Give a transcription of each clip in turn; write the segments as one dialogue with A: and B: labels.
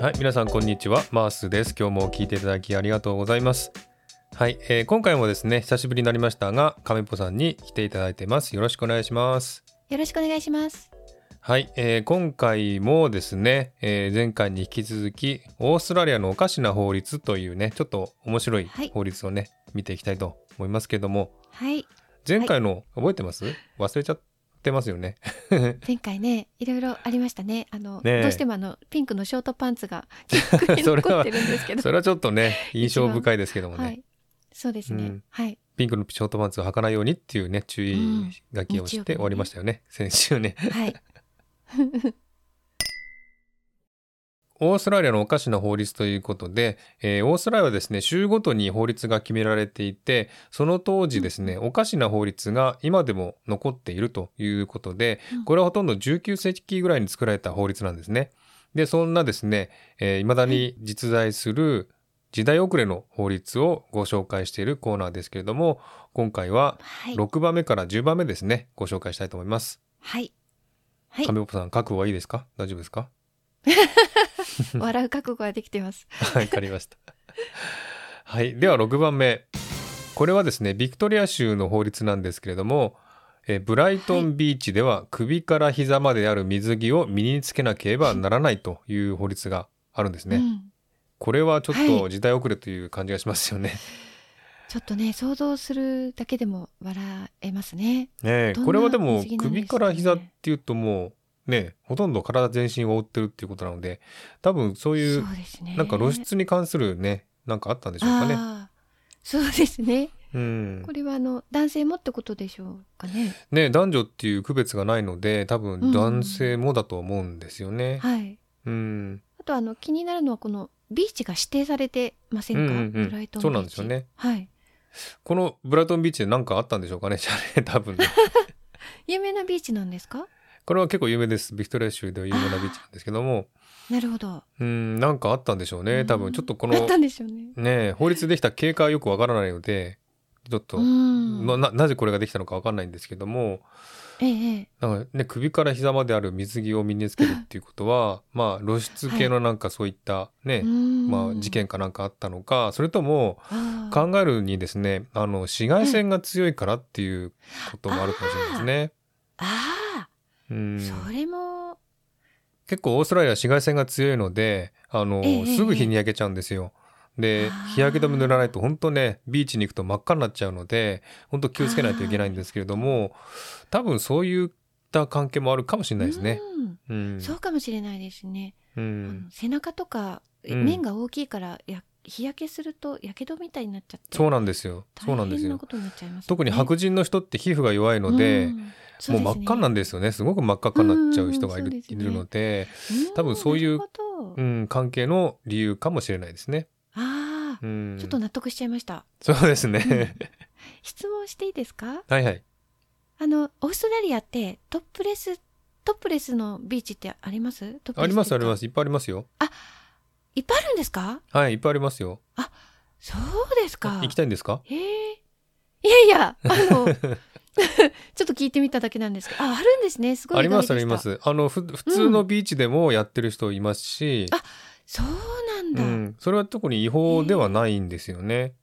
A: はい、皆さんこんにちは、マースです。今日も聞いていただきありがとうございます。はい、えー今回もですね、久しぶりになりましたが、亀っぽさんに来ていただいてます。よろしくお願いします。
B: よろしくお願いします。
A: はい、えー今回もですね、えー前回に引き続きオーストラリアのおかしな法律というねちょっと面白い
B: はい
A: 法律をね、見ていきたいと思いますけども
B: はい、
A: 前回の、覚えてます忘れちゃってますよね
B: 前回ね、いろいろありましたね。あの、
A: ねえ
B: どうしてもあのピンクのショートパンツが記憶 に
A: それは
B: 残ってるんですけど、
A: それはちょっと ね印象深いですけどもね、
B: はい、そうですね。
A: うん
B: はい、
A: ピンクのショートパンツを履かないようにっていうね注意書きをして終わりましたよね、先週ね
B: はい、
A: オーストラリアのおかしな法律ということで、えーオーストラリアはですね州ごとに法律が決められていてその当時ですね、おかしな法律が今でも残っているということで
B: うん
A: これはほとんど19世紀ぐらいに作られた法律なんですね。でそんなですね、えー、未だに実在する時代遅れの法律をご紹介しているコーナーですけれども今回は
B: はい、
A: 6番目から10番目ですねご紹介したいと思います。
B: はい、はい、
A: 亀尾さん覚悟はいいですか大丈夫です か
B: 笑う覚悟ができてます。
A: はい、わかりました。はい、では6番目。これはですね、ビクトリア州の法律なんですけれども、えーブライトンビーチでは首から膝まである水着を身につけなければならないという法律があるん ですね。
B: うん、
A: これはちょっ
B: は
A: と時代遅れという感じがしますよね。
B: ちょっとね、想像するだけでも笑えますね。
A: ねえ
B: どんな
A: これはでも
B: 水着なんですかね
A: 首から膝っていうともうね、ほとんど体全身を覆ってるっていうことなので、多分そういう
B: そうですね。
A: なんか露出に関するね、なんかあったんで
B: で
A: しょうかね。
B: ね。そうですね。
A: うん
B: こ。れはあの男性もってことでしょうかね。
A: ね、男女っていう区別がないので多
B: う
A: 分
B: ん
A: 男性もだと思うんですよね。
B: はい。
A: うん、
B: あとあの気になるのはこのビーチが指定されてませんか、
A: うんうんうん
B: ブライトンビーチ
A: そうなんですよね
B: はい
A: このブライトンビーチで何かあったんでしょうかね シャレ多分ね。
B: 有名なビーチなんですか
A: これは結構有名ですビクトリア州では有名なビーチなんですけども
B: なるほど
A: うん何かあったんでしょうね多
B: うん
A: 分ちょっとこ
B: あっ
A: の
B: たんですよね
A: ね法律できた経過はよくわからないのでちょっと、
B: ん
A: まあななぜこれができたのかわかんないんですけども
B: えええ
A: なんか、ね、首から膝まである水着を身につけるっていうことはまあ露出系のなんかそういったね、
B: えうん
A: まあ、事件かなんかあったのかそれとも
B: ああ
A: 考えるにですねあの紫外線が強いからっていうこともあるかもしれないですね。
B: ああ、
A: うん、
B: それも
A: 結構オーストラリアは紫外線が強いのであの、
B: ええ
A: すぐ日に焼けちゃうんですよ。で
B: あー
A: 日焼け止め塗らないと本当ねビーチに行くと真っ赤になっちゃうので本当気をつけないといけないんですけれども多分そういった関係もあるかもしれないですね。
B: うん
A: うん
B: そうかもしれないですね、
A: う
B: あ
A: ん
B: の背中とか、
A: うん
B: 面が大きいからや日焼けするとやけどみたいになっちゃって
A: そうなんですよ。そうなん
B: 大
A: です
B: 変な
A: よ。
B: ことになっちゃいますよね、
A: 特に白人の人って皮膚が弱いので、
B: うんそう
A: もう
B: ですね
A: 真っ赤なんですよねすごく真っ赤になっちゃう人がいる,、
B: うんうんうんそうです
A: い
B: ね
A: るので、
B: ん
A: 多分そういう
B: なるほど
A: うん、関係の理由かもしれないですね。
B: ああ
A: うん、
B: ちょっと納得しちゃいました。
A: そうですね。
B: 質問していいですか
A: はいはい。
B: あの、オーストラリアってトップレス、トップレスのビーチってありますトップレス。
A: ありますありますすいっぱいありますよ。
B: いっぱいあるんですか
A: はいいっぱいありますよ。
B: そうですか。
A: 行きたいんですか？
B: へえ。いやいや、あの、 ちょっと聞いてみただけなんですけど、あ、あるんですね。すごい
A: ありますあ
B: 意
A: り
B: 外で
A: ま
B: した。
A: す。あのふ普通のビーチでもやってる人いますし、
B: あそうなん
A: う
B: だ。
A: ん、それは特に違法ではないんですよね。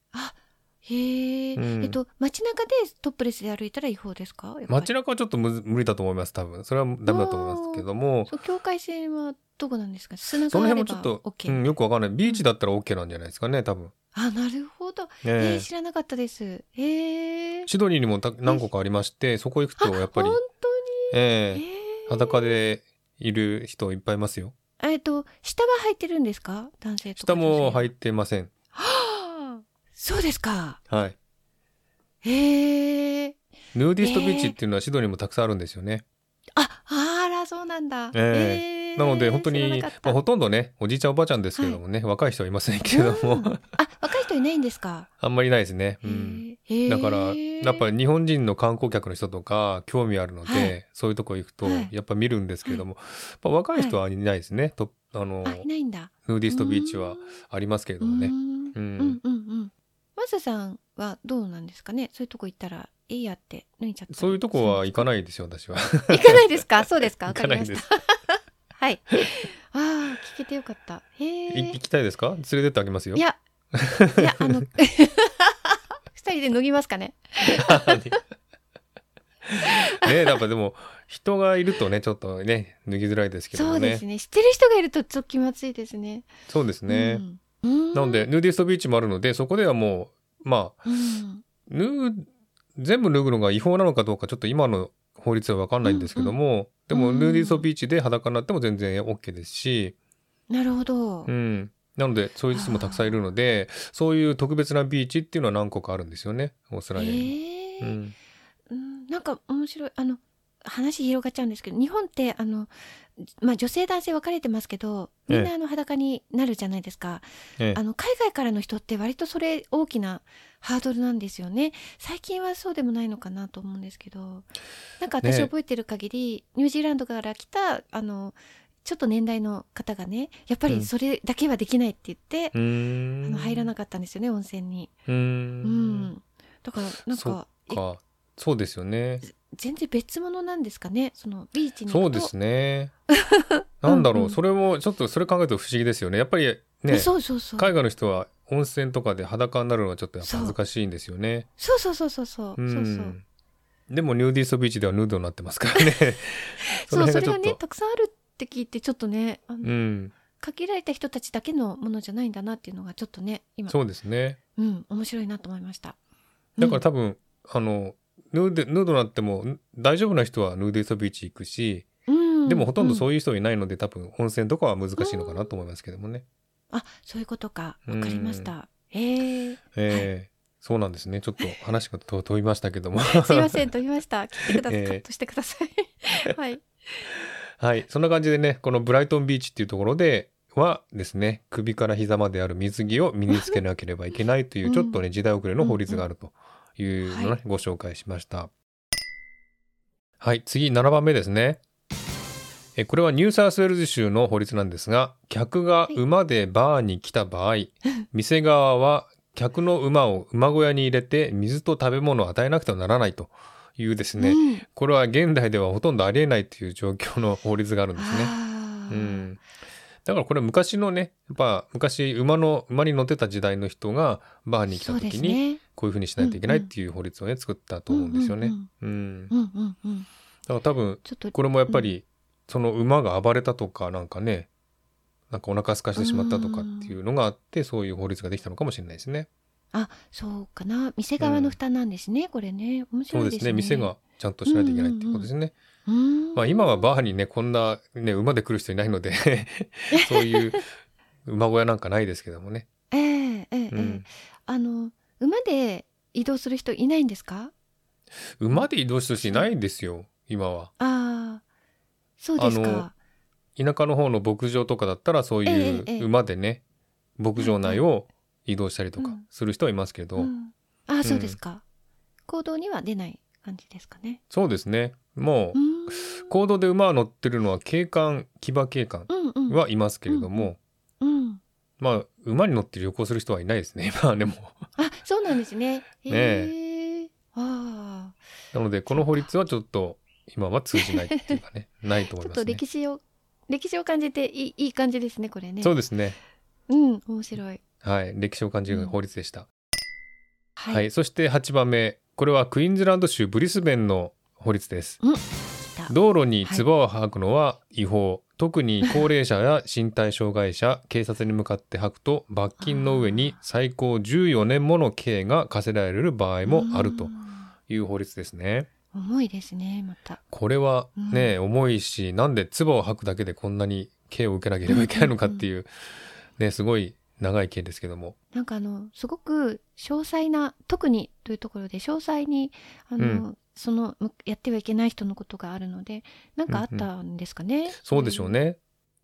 B: へえ、
A: うん
B: えっと、街中でトップレスで歩いたら違法ですかやっぱり
A: 街中はちょっとむず無理だと思います多分。それはダメだと思いますけども。
B: そう、境界線はどこなんですか砂
A: そ
B: が
A: の
B: あ
A: 辺
B: れ
A: もちょっと
B: ば、OK。
A: うん、よくわかんない。ビーチだったら OK なんじゃないですかね、多分。
B: あ、なるほど。
A: ね
B: えー、知らなかったです。えー、
A: シドニーにもた何個かありまして、そこ行くとやっぱり
B: あ、本当
A: え
B: に
A: え、
B: えー
A: 裸でいる人いっぱいいますよ。
B: えっと、下は履いてるんですか男性とか
A: 下も
B: い
A: 入ってません。
B: そうですか。
A: はい。
B: へえー。
A: ヌーディストビーチっていうのはシドニーもたくさんあるんですよね。
B: あ、あら、そうなんだ。
A: え
B: えー
A: なので本当に、
B: 知らなかった
A: まあ、ほとんどね、おじいちゃんおばあちゃんですけれどもね、若い人はいませんけれど
B: うん
A: も、
B: あ、若い人いないんですか。
A: あんまりないですね。うん
B: へー
A: だから、やっぱり日本人の観光客の人とか興味あるので、
B: はい
A: そういうとこ行くと
B: はい、
A: やっぱ見るんですけれども、やっぱ若い人はいないですね。とあの、
B: あ、いないんだ。
A: ヌーディストビーチ
B: う
A: は
B: ん
A: ありますけれ
B: う
A: ども
B: ん
A: ね。
B: うん
A: う
B: うんんうんうん。マサさんはどうなんですかね。そういうとこ行ったら、いいやって、脱いちゃったり
A: そういうとこは行か
B: ない。
A: ないですよ、私は。
B: 行かないですか。そうですか。わ
A: 行
B: か
A: か
B: り
A: な
B: ま
A: い
B: し
A: で
B: た
A: す。
B: はい。あー聞けてよかったへ
A: い
B: え
A: 行きたいですか連れてってあげますよ
B: い。やいやあの二人で脱ぎますかね
A: ねやっぱでも人がいるとねちょっとね脱ぎづらいですけど
B: そ
A: も
B: うで
A: ね
B: すね知ってる人がいるとちょっと気まずいですね
A: そうですね、
B: うん
A: なので、ヌーディストビーチもあるのでそこではもうまあ
B: うん
A: ヌー全部脱ぐのが違法なのかどうかちょっと今の法律は分かんないんですけども、でも
B: うん
A: ヌーディストビーチで裸になっても全然 OK ですし、
B: なるほど、
A: うん、なのでそういう人もたくさんいるのでそういう特別なビーチっていうのは何個かあるんですよねオーストラリアに。
B: へ
A: う
B: え
A: ん
B: うんなんか面白いあの話広がっちゃうんですけど日本ってあの、まあ、女性男性分かれてますけどみん
A: ええ
B: なあの裸になるじゃないですか、
A: ええ
B: あの海外からの人って割とそれ大きなハードルなんですよね最近はそうでもないのかなと思うんですけどなんか私
A: ねえ
B: 覚えてる限り、ニュージーランドから来たあのちょっと年代の方がねやっぱ
A: うん
B: りそれだけはできないって言って
A: う、ーん
B: あの入らなかったんですよね温泉に。
A: うー
B: うんん、だからなん
A: そ
B: か
A: っかそうですよね
B: 全然別物なんですかねそのビーチに
A: そ
B: 行
A: う
B: くと
A: です ねなんだろう、
B: うんうん
A: それもちょっとそれ考えると不思議ですよねやっぱりね
B: そうそうそう
A: 海外の人は温泉とかで裸になるのはちょっとやっぱ恥ずかしいんですよね
B: そうそうそうそうそう
A: うん
B: そうそう
A: でもニューディーストビーチではヌードになってますから ね
B: そうそ
A: 辺
B: れ
A: ちょ
B: が
A: っ
B: ね
A: と
B: たくさんあるって聞いてちょっとねあの、
A: うん
B: 限られた人たちだけのものじゃないんだなっていうのがちょっとね今
A: そうですね
B: う、ん、面白いなと思いました
A: だから多分、あのヌーデヌードになってもん大丈夫な人はヌーディーストビーチ行くし、
B: うん、
A: でもほとんど
B: う
A: そういう人いないので多分温泉とかは難しいのかなと思いますけどもね、
B: ん、あそういうことかわかりました、え ー、
A: えーそうなんですねちょっと話がと飛びましたけども
B: すいません飛びました聞いてくだ さい、
A: ええ
B: カットしてください はい
A: はい、そんな感じでね、このブライトンビーチっていうところではですね、首から膝まである水着を身につけなければいけないという、
B: うん
A: ちょっとね、時代遅れの法律があるというのをね、
B: はい
A: ご紹介しました。はい、次、7番目ですね。えこれはニューサウスウェールズ州の法律なんですが、客が馬でバーに来た 場合、店側は客の馬を馬小屋に入れて水と食べ物を与えなくてはならないというですね、
B: うん
A: これは現代ではほとんどありえないという状況の法律があるんですね。
B: あ
A: う
B: ー
A: ん、だからこれ昔のねやっぱ昔馬の馬に乗ってた時代の人がバーに来た
B: そうで
A: 時
B: す
A: に
B: ね
A: こういうふうにしないといけないっていう法律をね作ったと思うんですよね。うん、だ
B: うんうんうんうんうん
A: から多分
B: ちょっと
A: これもやっぱりその馬が暴れたとかなんかねなんかお腹空かしてしまったとかっていうのがあってそういう法律ができたのかもしれないですね。
B: あそうかな店側の負担なんですね、これね面
A: そう
B: 白い
A: で
B: ですすね
A: ね店がちゃんとしないといけないっていうことですね。
B: うーん
A: まあ、今はバーにねこんな、ね、馬で来る人いないの でそういう馬小屋なんかないですけどもね。
B: ええええええ
A: うん、
B: あの馬で移動する人いないんですか
A: 馬で移動してる人いないですよ今は。
B: ああそうですか
A: 田舎の方の牧場とかだったらそうい
B: ええええ
A: う馬でね牧場内を移動したりとか
B: うん
A: する人はいますけど、
B: うん、ああそうですか、行動には出ない感じですかね
A: そうですねも
B: うーん
A: う行動で馬が乗ってるのは警官騎馬警官
B: うんうん
A: はいますけれども、
B: うん
A: まあ馬に乗って旅行する人はいないですね今はねもう。
B: あそうなんですね
A: ね
B: ええああ
A: なのでこの法律はちょっと今は通じないっていうかねないと思
B: ち
A: い
B: ょっ
A: ま
B: と
A: すね。
B: 歴史を歴史を感じていいいい感じですねこれね
A: そうですね。
B: うん面白い
A: はい、歴史を感じる法律でした。
B: はい、
A: はい、そして8番目、これはクイーンズランド州ブリスベンの法律です。
B: 来た
A: 道路に唾を吐くのは違法、特に高齢者や身体障害者、警察に向かって吐くと罰金の上に最高14年もの刑が課せられる場合もある
B: う
A: と
B: ん
A: いう法律ですね。
B: 重いですねまた
A: これはね、重いしなんで唾を吐くだけでこんなに刑を受けなければいけないのかっていう、ね、すごい長い刑ですけども
B: なんかあのすごく詳細な特にというところで詳細にあの、
A: うん
B: そのむやってはいけない人のことがあるのでなんかあったんですかね、
A: そうでしょうね、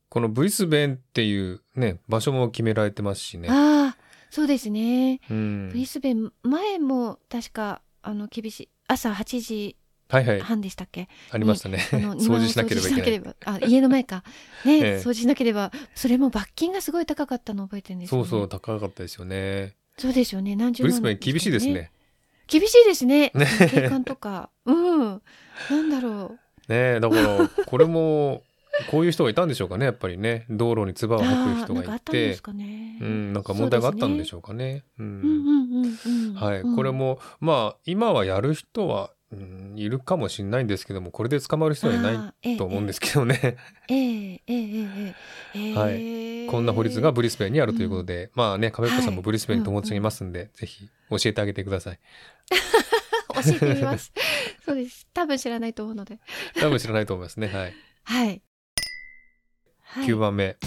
A: このブリスベンっていう、ね、場所も決められてますしね、
B: ああそうですね、
A: うん
B: ブリスベン前も確かあの厳しい朝8時
A: はいはい
B: 半でしたっけ、
A: ありましたね
B: あ の
A: 掃除しなければいけない
B: 庭を掃除しなければあ家の前 かね、
A: ええ
B: 掃除しなければそれも罰金がすごい高かったの覚えてるんですよ
A: そうそ
B: ね
A: う高かったですよね
B: そうですよね何十
A: ブ
B: 万
A: リスベン厳しいですね
B: 厳しいですね。
A: ね
B: 景観とか。うん。なんだろ
A: ねだからこれもこういう人がいたんでしょうかねやっぱりね道路に唾を吐く
B: ああ
A: 人
B: な
A: が
B: んかあ
A: い
B: ったんで
A: て
B: すかね。
A: うん、なんか問題があったんでし
B: ょ
A: ょうかね。う
B: うですね。
A: ん
B: うんうんうんうん。
A: はい、
B: うん
A: これ。もまあ今はやる人は、うん、いるかもしれないんですけどもこれで捕まる人はいない
B: ああ
A: と思うんですけどね、
B: ええええええええ
A: はい
B: ええ
A: こんな法律がブリスベンにあるということで、まあね亀岡さんもブリスベンに友達がいますんで、ぜひ教えてあげてください。
B: 教えてみます。そうです。多分知らないと思うので。
A: 多分知らないと思いますね。 はい
B: はい。はい。
A: 9番目、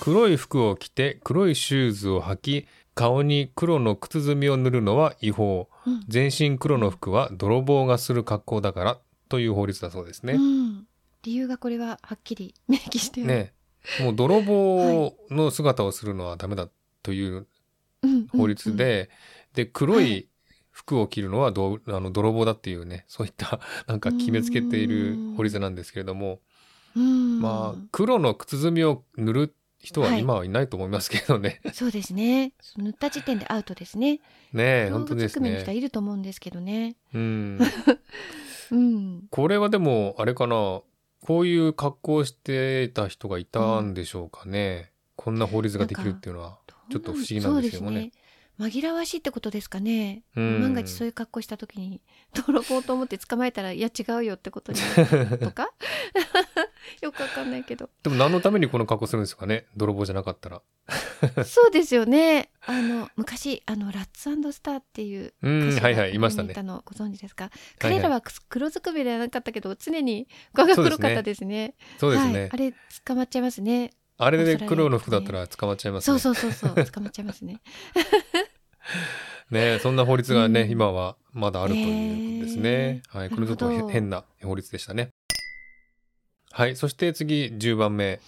A: 黒い服を着て黒いシューズを履き顔に黒の靴墨を塗るのは違法
B: うん
A: 全身黒の服は泥棒がする格好だからという法律だそうです
B: う
A: ね。
B: ん。理由がこれははっきり明記してある。
A: ねもう泥棒の姿をするのはダメだという
B: うんうんうん
A: 法律で、。で黒
B: はい
A: 服を着るのはどうあの泥棒だっていうね そういったなんか決めつけている法律なんですけれども、
B: うん
A: まあ黒の靴墨を塗る人は
B: はい
A: 今はいないと思いますけどね。
B: そうですね。そう塗った時点でアウトですね。
A: ねえ
B: 動
A: 本当
B: 物
A: です
B: 含めの
A: ね
B: 人。はいると思うんですけどね。
A: うん、
B: うん。
A: これはでもあれかなこういう格好をしてた人がいたんでしょうかね、こんな法律ができるっていうのは。ちょっと不思議なんですけどもね
B: そうですね。紛らわしいってことですかね。
A: うん
B: 万が一そういう格好した時に 泥棒と思って捕まえたらいや違うよってことに とか よくわかんないけど。
A: でも何のためにこの格好するんですかね泥棒じゃなかったら。
B: そうですよね。あの昔あのラッツスターっていう
A: うん
B: 歌手が
A: はいはいいました
B: 日本にい
A: ね
B: た。のご存知ですか。
A: はいは
B: 彼
A: い
B: らは黒ずくめではなかったけど常に顔が
A: そうで
B: 黒
A: すね
B: かったですね。
A: そうですね、
B: はい、あれ捕まっちゃいますね。
A: あ。れで黒の服だったら捕まっちゃいます
B: そう
A: ね。
B: そうそうそう捕まっちゃいますね。
A: ねそんな法律がね、
B: うん
A: 今はまだあるということですね。はいこれちょっと
B: なるほど
A: 変な法律でしたね。はいそして次10番目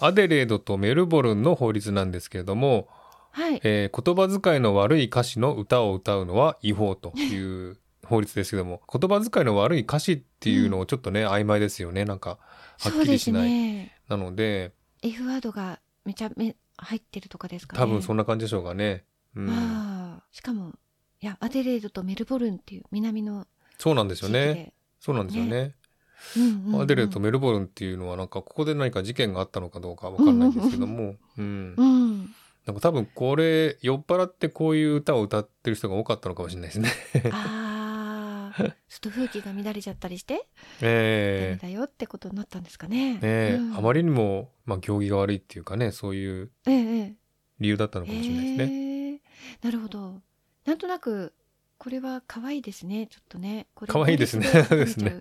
A: アデレードとメルボルンの法律なんですけれども、
B: はい。
A: えー言葉遣いの悪い歌詞の歌を歌うのは違法という法律ですけども言葉遣いの悪い歌詞っていうのをちょっとね、曖昧ですよねなんかは
B: そ
A: っ
B: う
A: き
B: で
A: り
B: す
A: しない、
B: ね。
A: なので
B: F ワードがめちゃめ入ってるとかですかね。
A: 多分そんな感じでしょうかね、うん、
B: ああしかもいやアデレードとメルボルンっていう南の
A: そうなんで
B: 地
A: すよ
B: 域
A: ね
B: で、
A: そうなんですよね
B: うんうんうん
A: アデレードとメルボルンっていうのはなんかここで何か事件があったのかどうかわかんないんですけども、うん
B: うん、
A: なんか多分これ酔っ払ってこういう歌を歌ってる人が多かったのかもしれない ですね。
B: ああちょっと風紀が乱れちゃったりして、ダメ
A: ええ
B: だよってことになったんですかね。
A: ねえ、
B: うん
A: あまりにも、まあ、行儀が悪いっていうかねそういう
B: えええ
A: 理由だったの
B: え
A: かもしれないですね。
B: へえなるほど。なんとなくこれは可愛いですね。ちょっとね。これ
A: 可愛いですね
B: これ
A: ですね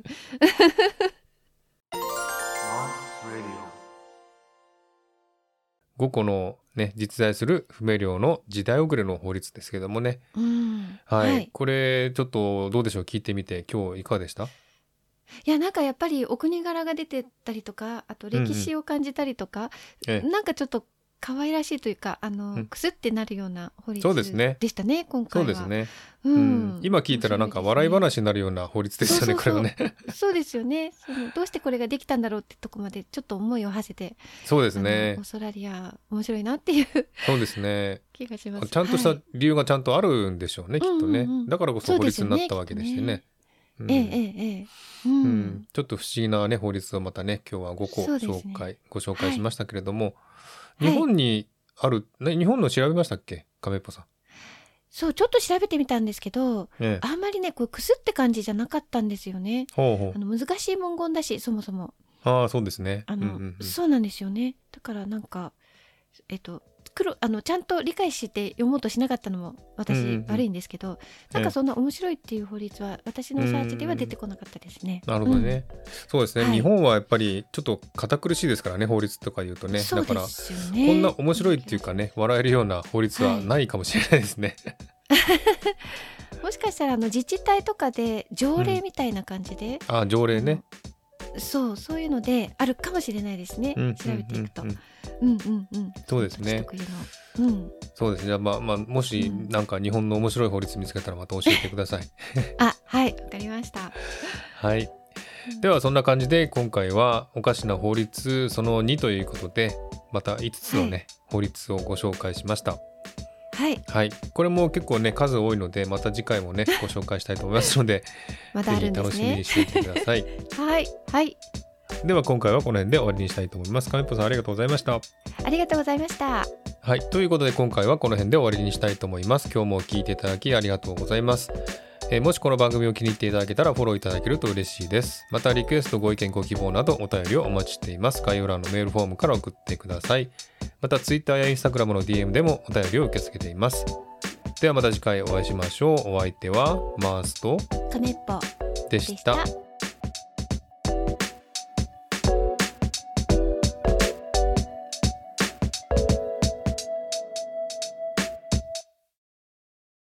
A: 5個の、ね、実在する不明瞭の時代遅れの法律ですけどもね、
B: うん。
A: はい
B: はい
A: これちょっとどうでしょう聞いてみて今日いかがでした
B: いやなんかやっぱりお国柄が出てたりとかあと歴史を感じたりとか、
A: ええ
B: なんかちょっと可愛らしいというかあの、
A: うん
B: くすってなるような法律
A: そうですね
B: でしたね今
A: そ
B: 回
A: う
B: は
A: ですね、
B: う
A: うんん、今聞いたらなんか笑い
B: 面白
A: 話になるような法律ですよね
B: そうそうそ
A: これは
B: う
A: ね。
B: いですねそうですよねそのどうしてこれができたんだろうってとこまでちょっと思いを馳せて
A: そうです
B: あの
A: ね
B: オーストラリア面白いなっていう
A: そうですね
B: 気がします
A: ちゃんとした理由がちゃんとあるんでしょうね、きっとね、
B: うんうんうん
A: だからこそ法律になったわけでしてね。
B: はいええええええうん、
A: うんうんちょっと不思議な、ね、法律をまたね今日は5個
B: そうですね
A: 紹介、ご紹介しましたけれども、
B: はい
A: 日本にある、ね、日本の調べましたっけ亀っぽさん。
B: そうちょっと調べてみたんですけど
A: ええ、
B: あんまりねこうくすって感じじゃなかったんですよね
A: ほうほ
B: あ
A: う
B: の難しい文言だしそもそも
A: ああそうですね。
B: あ
A: うんう
B: の、
A: んうん
B: そうなんですよねだからなんかえっと黒あのちゃんと理解して読もうとしなかったのも
A: うんうん
B: 私
A: うん
B: 悪いんですけど、なんかそんな面白いっていう法律は私のサーチでは出てこなかったですね。
A: なるほどね、そうですね、
B: はい
A: 日本はやっぱりちょっと堅苦しいですからね法律とか言うと
B: うん。
A: ね
B: そ
A: だ
B: う
A: か
B: で
A: らこ
B: すよね。
A: んな面白いっていうかね笑えるような法律はないかもしれないです ね。
B: もしかしたらあの自治体とかで条例みたいな感じで、
A: ああ条例ね。
B: そうそういうのであるかもしれないですね、
A: うんうん
B: 調べていくと
A: うんう。ん
B: うんうんうん。
A: そうですね
B: 特有のうん、
A: そうですねじゃあまあ、まあ、もし
B: うん
A: なんか日本の面白い法律見つけたらまた教えてくだ さい。
B: あはいわかりました。
A: はい。ではそんな感じで今回はおかしな法律その2ということでまた5つのね、
B: は
A: 法律をご紹介しました。
B: はい
A: はい。これも結構ね数多いのでまた次回も ねご紹介したいと思いますので、
B: まだあ
A: ぜ
B: るん
A: ひ
B: で
A: 楽
B: す
A: しみ
B: ね
A: に。していてください。
B: はいはい
A: では今回はこの辺で終わりにしたいと思います。亀っぽさんありがとうございました。
B: ありがとうございました。
A: はい。ということで今回はこの辺で終わりにしたいと思います。今日も聞いていただきありがとうございます。えーもしこの番組を気に入っていただけたらフォローいただけると嬉しいです。またリクエスト、ご意見、ご希望などお便りをお待ちしています。概要欄のメールフォームから送ってください。また Twitter や Instagram の DM でもお便りを受け付けています。ではまた次回お会いしましょう。お相手はマースト
B: 亀っぽ
A: で
B: でし
A: した
B: た。